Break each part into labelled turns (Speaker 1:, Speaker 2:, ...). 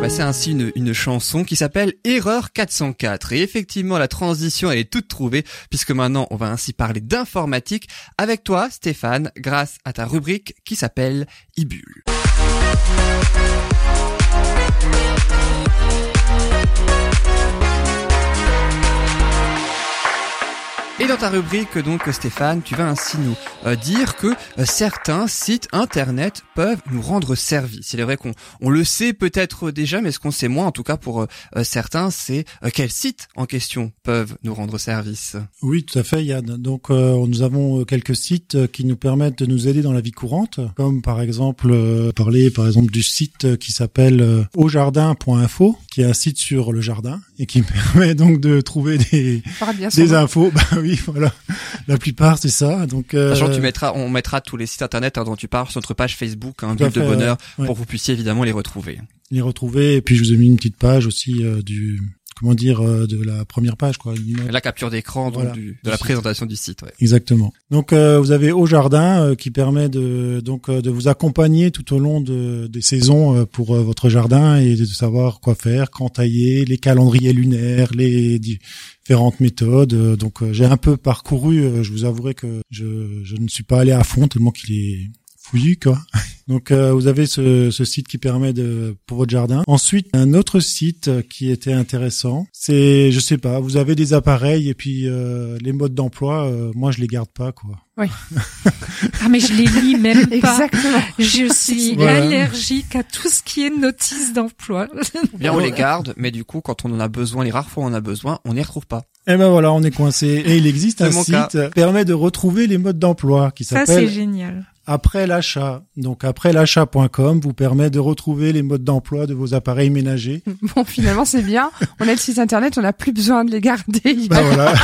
Speaker 1: passer ainsi une, une chanson qui s'appelle Erreur 404. Et effectivement, la transition, elle est toute trouvée, puisque maintenant, on va ainsi parler d'informatique avec toi, Stéphane, grâce à ta rubrique qui s'appelle Ibule. Et dans ta rubrique, donc Stéphane, tu vas ainsi nous euh, dire que euh, certains sites internet peuvent nous rendre service. Il est vrai qu'on on le sait peut-être déjà, mais ce qu'on sait moins, en tout cas pour euh, certains, c'est quels sites en question peuvent nous rendre service.
Speaker 2: Oui, tout à fait, Yann. Donc, euh, nous avons quelques sites euh, qui nous permettent de nous aider dans la vie courante, comme par exemple euh, parler, par exemple, du site euh, qui s'appelle aujardin.info, qui est un site sur le jardin et qui permet donc de trouver des,
Speaker 1: Ah,
Speaker 2: des nom. infos. Bah, oui, voilà. La plupart, c'est ça. Donc,
Speaker 1: euh... Sachant que tu mettras, on mettra tous les sites internet hein, dont tu parles sur notre page Facebook, un hein, de bonheur, ouais. pour que vous puissiez évidemment les retrouver.
Speaker 2: Les retrouver. Et puis, je vous ai mis une petite page aussi euh, du, comment dire euh, de la première page quoi
Speaker 1: une... la capture d'écran voilà, de du la site. présentation du site ouais.
Speaker 2: exactement donc euh, vous avez au jardin euh, qui permet de donc euh, de vous accompagner tout au long de, des saisons euh, pour votre jardin et de savoir quoi faire quand tailler les calendriers lunaires les différentes méthodes Euh, donc j'ai un peu parcouru euh, je vous avouerai que je, je ne suis pas allé à fond tellement qu'il est fouillu quoi donc euh, vous avez ce, ce, site qui permet de pour votre jardin. Ensuite, un autre site qui était intéressant, c'est je sais pas, vous avez des appareils et puis euh, les modes d'emploi, euh, moi je les garde pas quoi.
Speaker 3: Oui. ah mais je les lis même pas. Exactement. Je suis voilà. allergique à tout ce qui est notice d'emploi.
Speaker 1: Bien on les garde, mais du coup quand on en a besoin, les rares fois où on a besoin, on n'y retrouve pas.
Speaker 2: Et ben voilà, on est coincé. Et il existe un site cas. permet de retrouver les modes d'emploi qui s'appelle.
Speaker 3: Ça c'est génial.
Speaker 2: Après l'achat. Donc après l'achat.com vous permet de retrouver les modes d'emploi de vos appareils ménagers.
Speaker 4: Bon, finalement, c'est bien. On a le site internet, on n'a plus besoin de les garder.
Speaker 1: Bah,
Speaker 2: Ben voilà.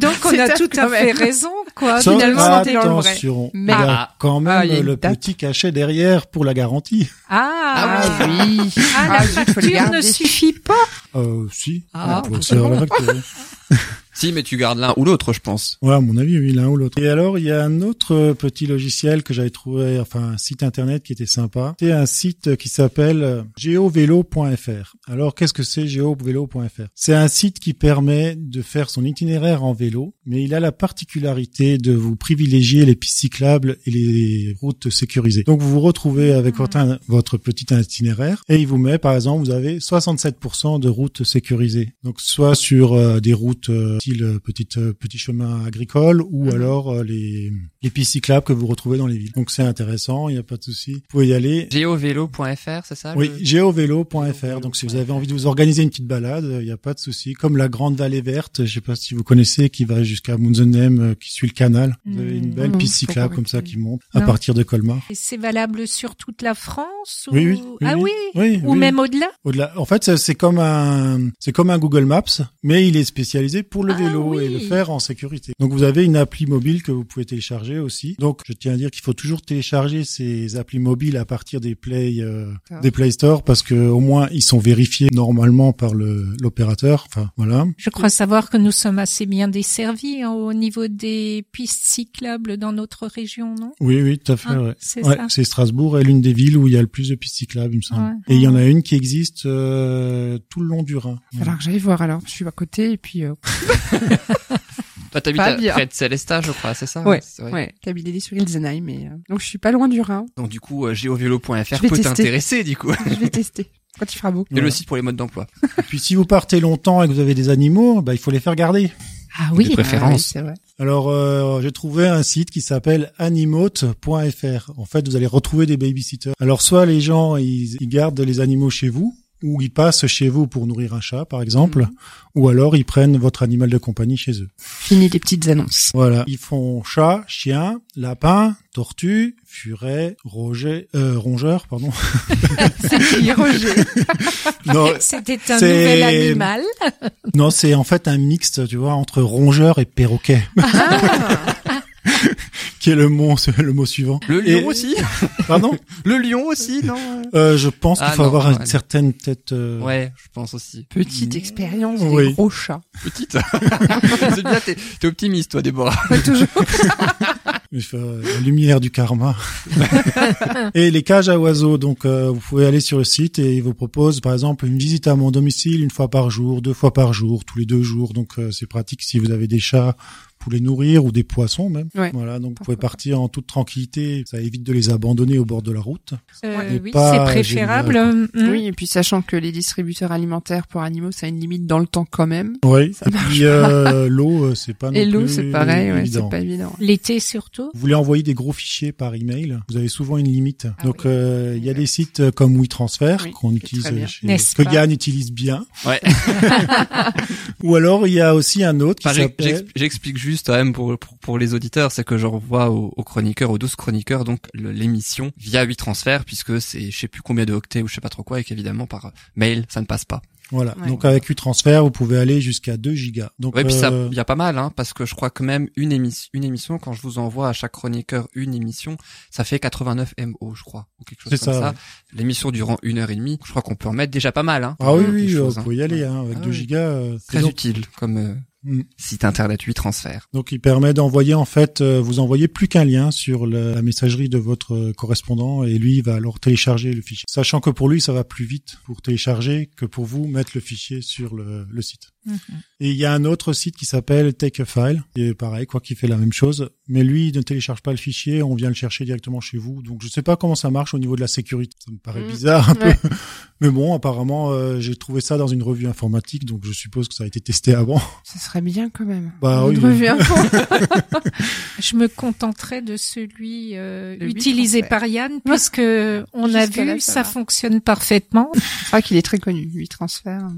Speaker 3: Donc on a tout à fait raison, quoi.
Speaker 2: Sans Ah, finalement, on est dans le vrai. Mais il y a quand même ah, y a le date. petit cachet derrière pour la garantie.
Speaker 3: Ah, ah oui. Ah, la ah, facture ne suffit pas.
Speaker 2: Euh, si. Ah. On peut se
Speaker 1: Si, mais tu gardes l'un ou l'autre, je pense.
Speaker 2: Ouais, à mon avis, oui, l'un ou l'autre. Et alors, il y a un autre euh, petit logiciel que j'avais trouvé, enfin, un site internet qui était sympa. C'est un site qui s'appelle euh, geovélo.fr. Alors, qu'est-ce que c'est geovélo.fr C'est un site qui permet de faire son itinéraire en vélo, mais il a la particularité de vous privilégier les pistes cyclables et les routes sécurisées. Donc, vous vous retrouvez avec mmh. votre, petit itinéraire et il vous met, par exemple, vous avez 67% de routes sécurisées. Donc, soit sur euh, des routes euh, petite petit chemin agricole ou mmh. alors les, les pistes cyclables que vous retrouvez dans les villes. Donc c'est intéressant, il n'y a pas de souci. Vous pouvez y aller.
Speaker 1: Geovélo.fr, c'est
Speaker 3: Ah,
Speaker 1: ça
Speaker 2: Oui, le... geovélo.fr. Donc si vous avez envie de vous organiser une petite balade, il n'y a pas de souci. Comme la Grande Vallée Verte, je ne sais pas si vous connaissez, qui va jusqu'à Monzenem, qui suit le canal. Vous avez
Speaker 3: Hmm.
Speaker 2: une belle mmh. piste cyclable comme ça qui monte non. à partir de Colmar.
Speaker 3: Et c'est valable sur toute la France
Speaker 2: ou... oui, oui, oui,
Speaker 3: Ah oui,
Speaker 2: oui
Speaker 3: Ou même au-delà
Speaker 2: Au-delà. En fait, c'est comme un c'est comme un Google Maps, mais il est spécialisé pour le ah, vélo oui. et le faire en sécurité. Donc vous avez une appli mobile que vous pouvez télécharger aussi. Donc je tiens à dire qu'il faut toujours télécharger ces applis mobiles à partir des Play euh, ah. des Play Store parce que au moins ils sont vérifiés normalement par le l'opérateur. Enfin voilà.
Speaker 3: Je crois savoir que nous sommes assez bien desservis hein, au niveau des pistes cyclables dans notre région, non
Speaker 2: Oui oui, tout à fait. Ah, ouais. C'est ouais, Strasbourg est l'une des villes où il y a le plus de pistes cyclables, il me semble. Ouais. Ah. Et il y en a une qui existe euh, tout le long du Rhin.
Speaker 4: Alors j'allais voir alors, je suis à côté et puis euh...
Speaker 1: Toi, t'habites près de Célestat, je crois, c'est ça
Speaker 4: Ouais, ouais. ouais. T'habites sur Ilzenheim, mais euh... donc je suis pas loin du Rhin.
Speaker 1: Donc du coup, euh, geovélo.fr peut t'intéresser, du coup.
Speaker 4: je vais tester. Quand il fera beau.
Speaker 1: Et ouais. le site pour les modes d'emploi.
Speaker 2: et puis si vous partez longtemps et que vous avez des animaux, bah il faut les faire garder.
Speaker 3: Ah oui,
Speaker 1: de préférence.
Speaker 3: Ah oui, vrai.
Speaker 2: Alors euh, j'ai trouvé un site qui s'appelle animote.fr. En fait, vous allez retrouver des babysitters. Alors soit les gens ils, ils gardent les animaux chez vous, ou ils passent chez vous pour nourrir un chat, par exemple, mmh. ou alors ils prennent votre animal de compagnie chez eux.
Speaker 3: Fini les petites annonces.
Speaker 2: Voilà, ils font chat, chien, lapin, tortue, furet, roger, euh, rongeur, pardon.
Speaker 3: c'est qui Roger C'était un nouvel animal.
Speaker 2: non, c'est en fait un mixte, tu vois, entre rongeur et perroquet. Ah qui est le mot, le mot suivant.
Speaker 1: Le lion et... aussi.
Speaker 2: Pardon.
Speaker 1: Le lion aussi, non
Speaker 2: euh, Je pense ah, qu'il faut non, avoir non, une non. certaine tête. Euh...
Speaker 1: Ouais, je pense aussi.
Speaker 4: Petite expérience oui. des gros chats.
Speaker 1: Petite. C'est bien, t'es optimiste, toi, Déborah.
Speaker 4: toujours.
Speaker 2: euh, la lumière du karma. et les cages à oiseaux. Donc, euh, vous pouvez aller sur le site et ils vous proposent, par exemple, une visite à mon domicile une fois par jour, deux fois par jour, tous les deux jours. Donc, euh, c'est pratique si vous avez des chats pour les nourrir ou des poissons même.
Speaker 4: Ouais.
Speaker 2: Voilà, donc vous
Speaker 4: Parfois.
Speaker 2: pouvez partir en toute tranquillité. Ça évite de les abandonner au bord de la route.
Speaker 3: Euh,
Speaker 2: Et
Speaker 3: oui,
Speaker 2: pas
Speaker 3: c'est préférable.
Speaker 2: génial,
Speaker 3: euh, mm.
Speaker 4: Oui, et puis sachant que les distributeurs alimentaires pour animaux, ça a une limite dans le temps quand même.
Speaker 2: Oui.
Speaker 4: Ça
Speaker 2: Et puis euh, l'eau, euh,
Speaker 1: Ah,
Speaker 2: c'est pas non
Speaker 4: Et l'eau,
Speaker 2: plus
Speaker 4: c'est pareil, ouais,
Speaker 2: évident.
Speaker 4: c'est pas évident.
Speaker 3: L'été surtout.
Speaker 2: Vous voulez envoyer des gros fichiers par email, vous avez souvent une limite.
Speaker 4: Ah
Speaker 2: Donc
Speaker 4: oui.
Speaker 2: euh, il y a
Speaker 4: Ouais.
Speaker 2: des sites comme WeTransfer
Speaker 4: Oui,
Speaker 2: qu'on
Speaker 4: c'est
Speaker 2: utilise
Speaker 4: très bien.
Speaker 2: chez
Speaker 3: N'est-ce
Speaker 2: que
Speaker 3: pas
Speaker 2: Yann utilise bien.
Speaker 1: Ouais.
Speaker 2: Ou alors il y a aussi un autre qui
Speaker 1: Enfin, j'ex-
Speaker 2: s'appelle
Speaker 1: j'ex- J'explique juste quand même pour, pour, pour les auditeurs, c'est que je revois aux, aux chroniqueurs, aux 12 chroniqueurs, donc le- l'émission via 8 transferts, puisque c'est je sais plus combien de octets ou je sais pas trop quoi, et qu'évidemment par mail ça ne passe pas.
Speaker 2: voilà.
Speaker 4: Ouais.
Speaker 2: Donc avec WeTransfer, vous pouvez aller jusqu'à 2 gigas. Donc
Speaker 1: Ouais, puis ça,
Speaker 2: euh,
Speaker 1: il y a pas mal, hein, parce que je crois que même une émission, une émission, quand je vous envoie à chaque chroniqueur une émission, ça fait 89 mo, je crois, ou quelque chose
Speaker 2: C'est
Speaker 1: comme ça.
Speaker 2: ça, ouais.
Speaker 1: L'émission durant une heure et demie, je crois qu'on peut en mettre déjà pas mal, hein.
Speaker 2: ah oui,
Speaker 1: euh, des
Speaker 2: oui,
Speaker 1: choses,
Speaker 2: vous
Speaker 1: hein.
Speaker 2: pouvez y aller hein, avec
Speaker 1: Ah
Speaker 2: 2
Speaker 1: oui.
Speaker 2: gigas. euh,
Speaker 1: Très
Speaker 2: et donc,
Speaker 1: utile comme euh,
Speaker 2: Mm.
Speaker 1: site internet 8 transferts.
Speaker 2: donc, il permet d'envoyer en fait, euh, vous envoyez plus qu'un lien sur la, la messagerie de votre euh, correspondant et lui il va alors télécharger le fichier. Sachant que pour lui ça va plus vite pour télécharger que pour vous mettre le fichier sur le- le site.
Speaker 4: Mhm.
Speaker 2: Et il y a un autre site qui s'appelle Take a File, qui est pareil, quoi, qui fait la même chose. Mais lui, il ne télécharge pas le fichier, on vient le chercher directement chez vous. Donc je sais pas comment ça marche au niveau de la sécurité. Ça me paraît
Speaker 4: Mm.
Speaker 2: bizarre un peu.
Speaker 4: Ouais.
Speaker 2: Mais bon, apparemment, euh, j'ai trouvé ça dans une revue informatique, donc je suppose que ça a été testé avant.
Speaker 4: Ce serait bien quand même.
Speaker 2: Bah
Speaker 4: Une
Speaker 2: oui.
Speaker 4: revue info.
Speaker 3: Je me contenterai de celui euh,
Speaker 4: Le huit
Speaker 3: utilisé
Speaker 4: transferts.
Speaker 3: par Yann, puisque on a
Speaker 4: Jusqu'à
Speaker 3: vu,
Speaker 4: là, ça
Speaker 3: ça
Speaker 4: va.
Speaker 3: fonctionne parfaitement.
Speaker 4: Je crois Ah, qu'il est très connu, lui, transfert.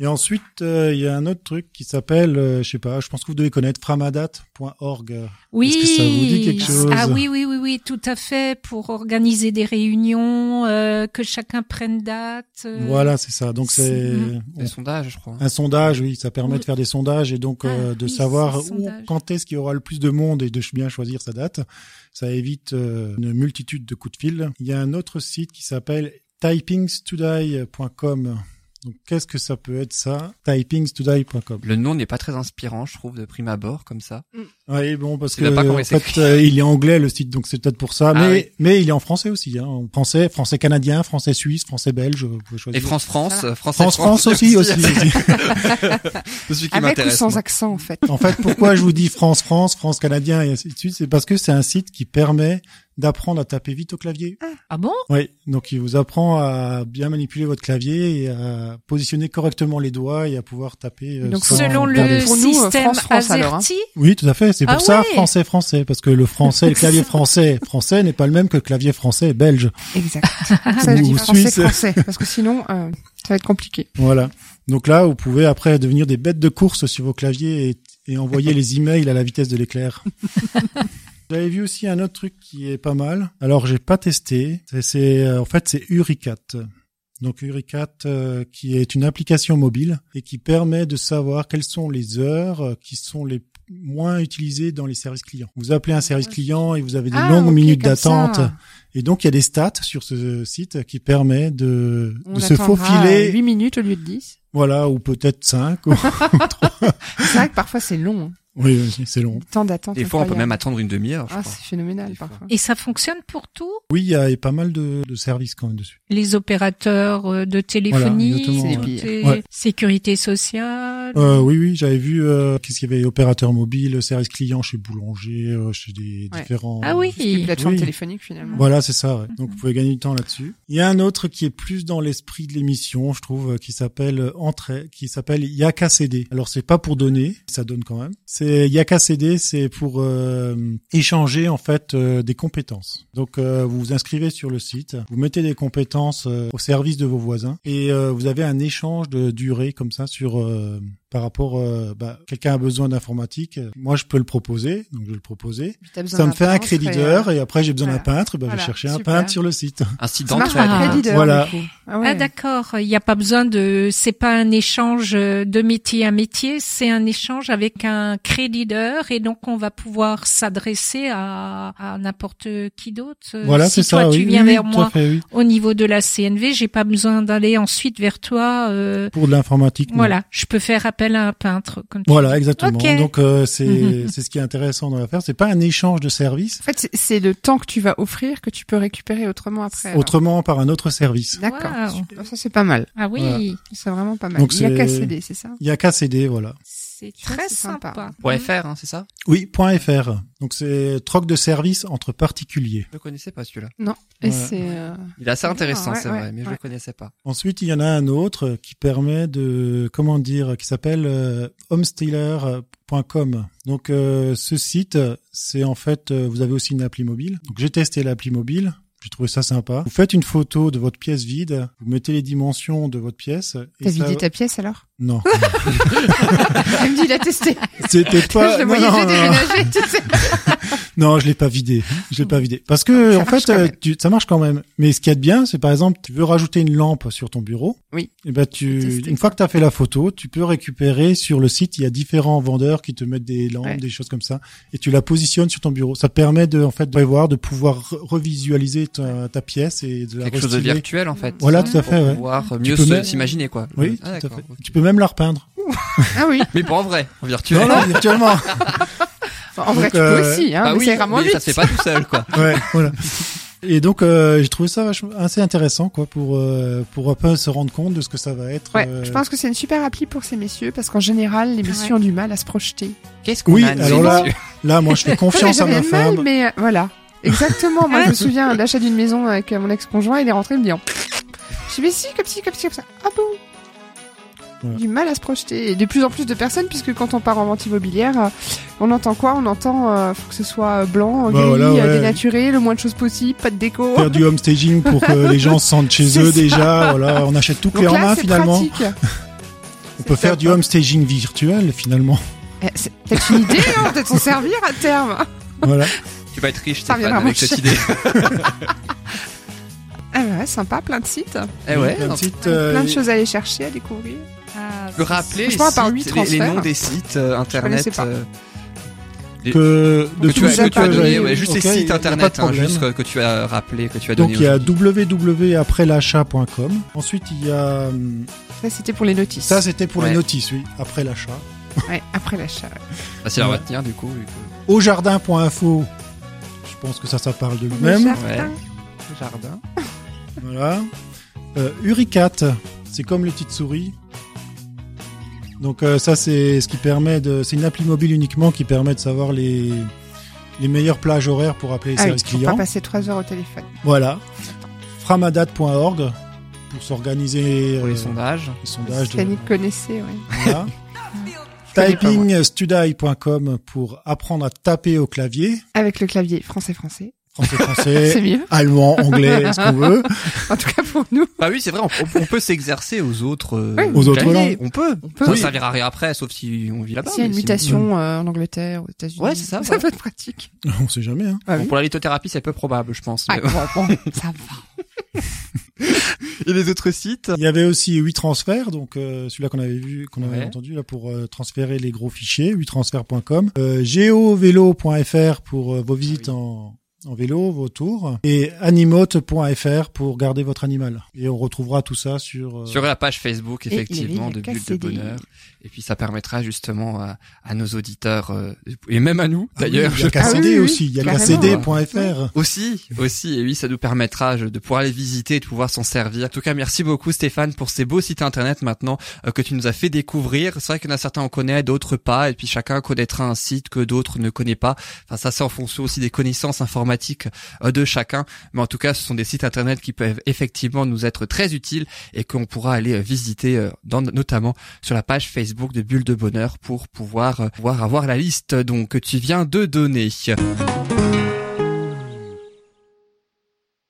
Speaker 2: Et ensuite, euh, il y a un autre truc qui s'appelle, euh, je sais pas, je pense que vous devez connaître framadat.org.
Speaker 3: Oui.
Speaker 2: Est-ce que ça vous dit quelque chose
Speaker 3: Ah oui, oui, oui, oui, tout à fait, pour organiser des réunions, euh, que chacun prenne date. euh,
Speaker 2: Voilà, c'est ça. Donc
Speaker 3: c'est-
Speaker 2: c'est
Speaker 3: Mm.
Speaker 1: Des sondages, je crois. hein.
Speaker 2: Un sondage, oui, ça permet
Speaker 3: Oui.
Speaker 2: de faire des sondages et donc
Speaker 3: Mmh. Ah,
Speaker 2: euh, de
Speaker 3: oui,
Speaker 2: savoir
Speaker 3: ces
Speaker 2: où,
Speaker 3: sondages.
Speaker 2: quand est-ce qu'il y aura le plus de monde et de ch- bien choisir sa date. Ça évite euh, une multitude de coups de fil. Il y a un autre site qui s'appelle typingstoday.com. Donc qu'est-ce que ça peut être ça Typingstoday.com.
Speaker 1: Le nom n'est pas très inspirant, je trouve, de prime abord, comme ça.
Speaker 2: Oui, bon parce
Speaker 1: C'est
Speaker 2: que
Speaker 1: même pas comment
Speaker 2: en
Speaker 1: il
Speaker 2: fait
Speaker 1: s'écrit.
Speaker 2: euh, il est anglais le site donc c'est peut-être pour ça.
Speaker 1: Ah
Speaker 2: mais mais il est en français aussi. Hein. En Français, français canadien, français suisse, français belge. Vous pouvez
Speaker 1: Et
Speaker 2: choisir.
Speaker 1: France France, euh, France
Speaker 2: France, France aussi, aussi. aussi.
Speaker 1: C'est celui qui
Speaker 4: Avec ou
Speaker 1: m'intéresse.
Speaker 4: sans
Speaker 1: moi.
Speaker 4: accent, en fait.
Speaker 2: En fait, pourquoi je vous dis France, France, France canadien et ainsi de suite, c'est parce que c'est un site qui permet d'apprendre à taper vite au clavier.
Speaker 3: Ah bon
Speaker 2: Oui, donc il vous apprend à bien manipuler votre clavier et à positionner correctement les doigts et à pouvoir taper. euh,
Speaker 4: Donc,
Speaker 2: sans
Speaker 3: Selon le
Speaker 2: regarder.
Speaker 4: Pour nous, euh,
Speaker 3: système
Speaker 4: France, France, alors, hein.
Speaker 3: AZERTY,
Speaker 2: Oui, tout à fait. C'est pour
Speaker 3: Ah
Speaker 2: ça
Speaker 3: ouais.
Speaker 2: français, français, parce que le français, le clavier français, français n'est pas le même que le clavier français belge.
Speaker 4: Exact. ça, je
Speaker 2: Ou
Speaker 4: dis français,
Speaker 2: suisse.
Speaker 4: français. Parce que sinon, euh, ça va être compliqué.
Speaker 2: Voilà. Donc là, vous pouvez après devenir des bêtes de course sur vos claviers et, et envoyer les emails à la vitesse de l'éclair. J'avais vu aussi un autre truc qui est pas mal. Alors j'ai pas testé. C'est- C'est euh, en fait c'est Uricat. Donc Uricat euh, qui est une application mobile et qui permet de savoir quelles sont les heures euh, qui sont les moins utilisées dans les services clients. Vous appelez un service client et vous avez des
Speaker 4: Ah,
Speaker 2: longues
Speaker 4: ok,
Speaker 2: minutes
Speaker 4: comme ça.
Speaker 2: d'attente. Et donc il y a des stats sur ce site qui permet de,
Speaker 4: On
Speaker 2: de se
Speaker 4: attendra,
Speaker 2: faufiler
Speaker 4: euh, 8 minutes au lieu de 10.
Speaker 2: voilà, ou peut-être 5. Ou...
Speaker 4: C'est vrai que parfois, c'est long. hein.
Speaker 2: oui, oui, c'est long.
Speaker 4: Le temps d'attente.
Speaker 1: Des fois, on peut
Speaker 4: incroyable.
Speaker 1: même attendre une demi-heure, je
Speaker 4: Ah,
Speaker 1: crois.
Speaker 4: c'est phénoménal,
Speaker 1: Des fois.
Speaker 4: parfois.
Speaker 3: et ça fonctionne pour tout
Speaker 2: Oui, il y a pas mal de, de services quand même dessus.
Speaker 3: les opérateurs euh, de téléphonie,
Speaker 2: exactement,
Speaker 4: ouais.
Speaker 3: tout
Speaker 4: C'est
Speaker 3: est-
Speaker 2: Ouais.
Speaker 3: sécurité sociale.
Speaker 2: Euh, oui, oui, j'avais vu euh, qu'est-ce qu'il y avait opérateur mobile, service client chez boulanger, euh, chez des
Speaker 4: Ouais.
Speaker 2: différents.
Speaker 3: ah oui,
Speaker 4: Les plateformes
Speaker 2: Oui.
Speaker 4: téléphoniques, finalement.
Speaker 2: Voilà, c'est ça. ouais. Donc vous pouvez gagner du temps là-dessus. Il y a un autre qui est plus dans l'esprit de l'émission, je trouve, euh, qui s'appelle euh, Entrée, qui s'appelle Yaka CD. Alors c'est pas pour donner, ça donne quand même. C'est Yaka CD, c'est pour euh, échanger en fait euh, des compétences. Donc euh, vous vous inscrivez sur le site, vous mettez des compétences euh, au service de vos voisins et euh, vous avez un échange de durée comme ça sur euh, par rapport, euh, bah, quelqu'un a besoin d'informatique, euh, moi je peux le proposer, donc je vais le proposer.
Speaker 4: Puis t'as besoin
Speaker 2: Ça me
Speaker 4: d'un
Speaker 2: fait un
Speaker 4: peintre et,
Speaker 2: créditeur
Speaker 4: euh,
Speaker 2: et après j'ai besoin d'un
Speaker 4: voilà.
Speaker 2: peintre, ben, je
Speaker 4: Voilà,
Speaker 2: vais chercher un
Speaker 4: super. Mm.
Speaker 2: peintre sur le site.
Speaker 1: Ainsi
Speaker 4: Ça marche
Speaker 1: d'entrée.
Speaker 4: par
Speaker 3: Ah,
Speaker 4: créditeur.
Speaker 2: voilà.
Speaker 4: du coup.
Speaker 3: Ah d'accord, il n'y a pas besoin de, c'est pas un échange euh, de métier à métier, c'est un échange avec un créditeur et donc on va pouvoir s'adresser à, à n'importe qui d'autre. Euh,
Speaker 2: Voilà,
Speaker 3: si
Speaker 2: c'est ça.
Speaker 3: toi
Speaker 2: oui,
Speaker 3: tu
Speaker 2: oui,
Speaker 3: viens
Speaker 2: oui,
Speaker 3: vers
Speaker 2: tout à
Speaker 3: moi
Speaker 2: fait, oui.
Speaker 3: au niveau de la CNV, j'ai pas besoin d'aller ensuite vers toi. euh,
Speaker 2: Pour de l'informatique. non.
Speaker 3: voilà, je peux faire appel à un peintre. Comme tu
Speaker 2: Mm. Voilà,
Speaker 3: dis.
Speaker 2: exactement.
Speaker 3: Ok.
Speaker 2: Donc euh, c'est
Speaker 4: Mhm.
Speaker 2: c'est ce qui est intéressant dans l'affaire. C'est pas un échange de services,
Speaker 4: En fait, c'est- c'est le temps que tu vas offrir que tu peux récupérer autrement après. alors.
Speaker 2: autrement par un autre service.
Speaker 4: D'accord.
Speaker 3: Wow.
Speaker 4: Super. Ça c'est pas mal.
Speaker 3: Ah oui,
Speaker 2: Voilà.
Speaker 4: C'est vraiment pas mal.
Speaker 2: Donc,
Speaker 4: Il y a
Speaker 2: c'est-
Speaker 4: qu'à céder, c'est ça
Speaker 2: Il y a qu'à céder, voilà.
Speaker 3: c'est
Speaker 4: Ça,
Speaker 3: très
Speaker 4: c'est
Speaker 3: sympa.
Speaker 4: sympa.
Speaker 1: Pour FR, hein, c'est ça
Speaker 2: Oui, point .fr. Donc c'est troc de service entre particuliers.
Speaker 1: Je le connaissais pas celui-là.
Speaker 4: Et
Speaker 2: Ouais.
Speaker 4: c'est. euh,
Speaker 1: Il est assez
Speaker 4: Ah,
Speaker 1: intéressant,
Speaker 4: ouais,
Speaker 1: c'est
Speaker 4: ouais,
Speaker 1: vrai, mais je
Speaker 4: ouais.
Speaker 1: le connaissais pas.
Speaker 2: Ensuite, il y en a un autre qui permet de, comment dire, qui s'appelle euh, homestealer.com. Donc, euh, ce site, c'est en fait, euh, vous avez aussi une appli mobile. Donc, j'ai testé l'appli mobile. J'ai trouvé ça sympa. Vous faites une photo de votre pièce vide. Vous mettez les dimensions de votre pièce. et
Speaker 4: T'as
Speaker 2: ça-
Speaker 4: vidé ta pièce alors
Speaker 2: Non.
Speaker 4: Elle me dit, il a testé.
Speaker 2: C'était pas.
Speaker 4: je le
Speaker 2: non,
Speaker 4: voyais
Speaker 2: non,
Speaker 4: déjà
Speaker 2: non, non.
Speaker 4: déménager. tu sais.
Speaker 2: Non, je l'ai pas vidé. Je l'ai pas vidé. Parce que
Speaker 4: Ah, Ça
Speaker 2: en
Speaker 4: marche
Speaker 2: fait,
Speaker 4: quand
Speaker 2: euh,
Speaker 4: même.
Speaker 2: tu- ça marche quand même. Mais ce qu'il y a de bien, c'est par exemple, tu veux rajouter une lampe sur ton bureau.
Speaker 4: Oui.
Speaker 2: Et ben
Speaker 4: Faut
Speaker 2: tu,
Speaker 4: tester.
Speaker 2: une fois que tu as fait la photo, tu peux récupérer sur le site. Il y a différents vendeurs qui te mettent des lampes,
Speaker 4: Ouais.
Speaker 2: des choses comme ça, et tu la positionnes sur ton bureau. Ça te permet de en fait de prévoir, de pouvoir re- revisualiser ta, ta pièce et de la
Speaker 1: Quelque chose de
Speaker 2: restyler.
Speaker 1: virtuel, en fait.
Speaker 2: Voilà, tout à fait.
Speaker 1: Pour
Speaker 2: ouais.
Speaker 1: pouvoir euh, mieux
Speaker 2: peux
Speaker 1: se-
Speaker 2: même-
Speaker 1: s'imaginer, quoi.
Speaker 2: Oui,
Speaker 1: Ah,
Speaker 2: tout à
Speaker 1: d'accord,
Speaker 2: fait.
Speaker 1: ok.
Speaker 2: Tu peux même la repeindre.
Speaker 4: Ah oui.
Speaker 1: Mais pas en vrai, en virtuel.
Speaker 2: Non, non, virtuellement.
Speaker 4: En vrai,
Speaker 2: Donc,
Speaker 4: tu peux
Speaker 2: euh,
Speaker 4: aussi, hein,
Speaker 1: Bah
Speaker 4: mais
Speaker 1: oui,
Speaker 4: ça ira moins
Speaker 1: mais
Speaker 4: vite.
Speaker 1: ça se fait pas tout seul, quoi.
Speaker 2: Ouais, voilà. Et donc euh, j'ai trouvé ça vachement- assez intéressant quoi pour euh, pour un peu se rendre compte de ce que ça va être.
Speaker 4: Ouais,
Speaker 2: euh,
Speaker 4: je pense que c'est une super appli pour ces messieurs parce qu'en général, les messieurs ont du mal à se projeter.
Speaker 1: Qu'est-ce qu'on
Speaker 2: Oui,
Speaker 1: a, nous,
Speaker 2: alors là-
Speaker 1: messieurs
Speaker 2: Là, moi, je fais confiance à
Speaker 4: Ouais, mais
Speaker 2: ma
Speaker 4: j'avais le mal,
Speaker 2: femme.
Speaker 4: mais euh, voilà. Exactement. Moi, je me souviens d'achat d'une maison avec euh, mon ex-conjoint. Il est rentré, il me dit, hein. je suis mais si, comme si, comme si, comme ça. Ah bon
Speaker 2: Voilà.
Speaker 4: Du mal à se projeter. Et de plus en plus de personnes, puisque quand on part en vente immobilière, euh, on entend quoi On entend euh, faut que ce soit euh, blanc,
Speaker 2: Bah
Speaker 4: gris,
Speaker 2: voilà,
Speaker 4: euh,
Speaker 2: ouais.
Speaker 4: dénaturé, le moins de choses possible, pas de déco.
Speaker 2: Faire du home staging pour que les gens se sentent chez
Speaker 4: C'est
Speaker 2: eux
Speaker 4: ça.
Speaker 2: déjà. Voilà, on achète tout
Speaker 4: Donc
Speaker 2: clé en
Speaker 4: là,
Speaker 2: main
Speaker 4: c'est
Speaker 2: finalement.
Speaker 4: pratique.
Speaker 2: On peut faire du home staging virtuel finalement.
Speaker 4: Eh, C'est peut-être une idée, hein, peut-être s'en servir à terme. Ah
Speaker 2: Voilà.
Speaker 1: Tu vas être riche,
Speaker 4: Ça
Speaker 1: Stéphane,
Speaker 4: reviendra
Speaker 1: avec
Speaker 4: moins
Speaker 1: cette idée.
Speaker 4: Ah ouais, sympa, plein de sites.
Speaker 1: Eh ouais,
Speaker 2: Un
Speaker 1: non,
Speaker 2: site,
Speaker 4: Plein
Speaker 2: euh,
Speaker 4: de choses à aller chercher, à découvrir.
Speaker 3: Ah,
Speaker 1: Je peux rappeler les,
Speaker 4: Franchement, à part
Speaker 1: sites,
Speaker 4: huit
Speaker 1: les- les,
Speaker 4: transferts,
Speaker 1: noms des sites euh, internet
Speaker 4: connaissais pas.
Speaker 1: euh,
Speaker 2: que de
Speaker 1: que tu
Speaker 2: tout
Speaker 1: as,
Speaker 2: ça
Speaker 1: que tu as
Speaker 4: que
Speaker 1: donné,
Speaker 4: j'ai-
Speaker 1: ouais, juste
Speaker 2: ok,
Speaker 1: les
Speaker 2: y a- y
Speaker 1: sites
Speaker 2: a pas
Speaker 1: internet,
Speaker 2: de
Speaker 1: hein,
Speaker 2: problème.
Speaker 1: juste que, que tu as rappelé, que tu as
Speaker 2: Donc
Speaker 1: donné.
Speaker 2: il y a
Speaker 1: aujourd'hui.
Speaker 2: www.aprèslachat.com. Ensuite, il y a hum,
Speaker 4: Ça, c'était pour les notices.
Speaker 2: ça c'était pour
Speaker 1: Ouais.
Speaker 2: les notices, oui, après l'achat.
Speaker 4: Ouais, après l'achat.
Speaker 1: Facile à
Speaker 2: Ouais.
Speaker 1: retenir, du coup. vu que-
Speaker 2: Aujardin.info. Je pense que ça ça parle de lui-même.
Speaker 4: Jardin.
Speaker 1: Jardin.
Speaker 2: Voilà. Euh, Uricat, c'est comme le titre souris. Donc euh, ça c'est ce qui permet de, c'est une appli mobile uniquement qui permet de savoir les les meilleures plages horaires pour appeler les
Speaker 4: Ah oui,
Speaker 2: services
Speaker 4: faut pas
Speaker 2: clients.
Speaker 4: passer 3 heures au téléphone.
Speaker 2: Voilà. Framadate.org pour s'organiser
Speaker 1: Pour les
Speaker 2: euh,
Speaker 1: sondages.
Speaker 2: les sondages de-
Speaker 4: Yannick connaissait, ouais.
Speaker 2: voilà.
Speaker 4: connais pas, moi.
Speaker 2: Typingstudy.com pour apprendre à taper au clavier,
Speaker 4: Avec le clavier français-français.
Speaker 2: français
Speaker 4: C'est
Speaker 2: français,
Speaker 4: mieux.
Speaker 2: allemand, anglais, ce qu'on veut.
Speaker 4: En tout cas pour nous.
Speaker 1: Bah oui, c'est vrai, on, on peut s'exercer aux autres. euh,
Speaker 4: Oui.
Speaker 2: Aux autres
Speaker 1: claviers,
Speaker 2: langues.
Speaker 1: On peut.
Speaker 4: peut.
Speaker 1: Ça ne
Speaker 4: Oui.
Speaker 1: servira à rien après, sauf si on vit là-bas.
Speaker 4: S'il y a
Speaker 1: Ah, mais
Speaker 4: une
Speaker 1: c'est-
Speaker 4: mutation euh, en Angleterre, aux États-Unis.
Speaker 1: Ouais, c'est ça,
Speaker 4: Ça
Speaker 1: voilà.
Speaker 4: peut être pratique.
Speaker 2: On sait jamais. Hein.
Speaker 4: Ah
Speaker 1: Bon,
Speaker 4: oui.
Speaker 1: pour la lithothérapie, c'est peu probable, je pense.
Speaker 4: Ah,
Speaker 1: mais-
Speaker 4: bon, bon, ça va.
Speaker 1: Et les autres sites
Speaker 2: Il y avait aussi huit transferts, donc euh, celui-là qu'on avait vu, qu'on avait
Speaker 1: Ouais.
Speaker 2: entendu là pour euh, transférer les gros fichiers, 8transferts.com, euh, geovélo.fr pour euh, vos
Speaker 1: Ah
Speaker 2: visites en en vélo, vos tours, et animote.fr pour garder votre animal. Et on retrouvera tout ça sur... euh,
Speaker 1: Sur la page Facebook,
Speaker 4: Et il est
Speaker 1: effectivement,
Speaker 4: il y a
Speaker 1: de
Speaker 4: qu'à
Speaker 1: Bulle de
Speaker 4: céder.
Speaker 1: Bonheur. Et puis ça permettra justement à, à nos auditeurs, euh, et même à nous,
Speaker 2: ah oui,
Speaker 1: d'ailleurs,
Speaker 2: il y
Speaker 1: je
Speaker 2: a qu'à
Speaker 4: pense.
Speaker 2: CD
Speaker 4: Ah oui, oui,
Speaker 2: aussi, il y a qu'à
Speaker 4: carrément.
Speaker 2: CD.fr.
Speaker 1: Aussi, aussi, et oui, ça nous permettra je- de pouvoir les visiter et de pouvoir s'en servir. En tout cas, merci beaucoup Stéphane pour ces beaux sites internet maintenant euh, que tu nous as fait découvrir. C'est vrai qu'il y en a certains on connaît, d'autres pas, et puis chacun connaîtra un site que d'autres ne connaît pas. Enfin, ça c'est en fonction aussi des connaissances informatiques euh, de chacun. Mais en tout cas, ce sont des sites internet qui peuvent effectivement nous être très utiles et qu'on pourra aller euh, visiter, euh, dans, notamment sur la page Facebook de Bulle de Bonheur pour pouvoir, euh, pouvoir avoir la liste donc que tu viens de donner.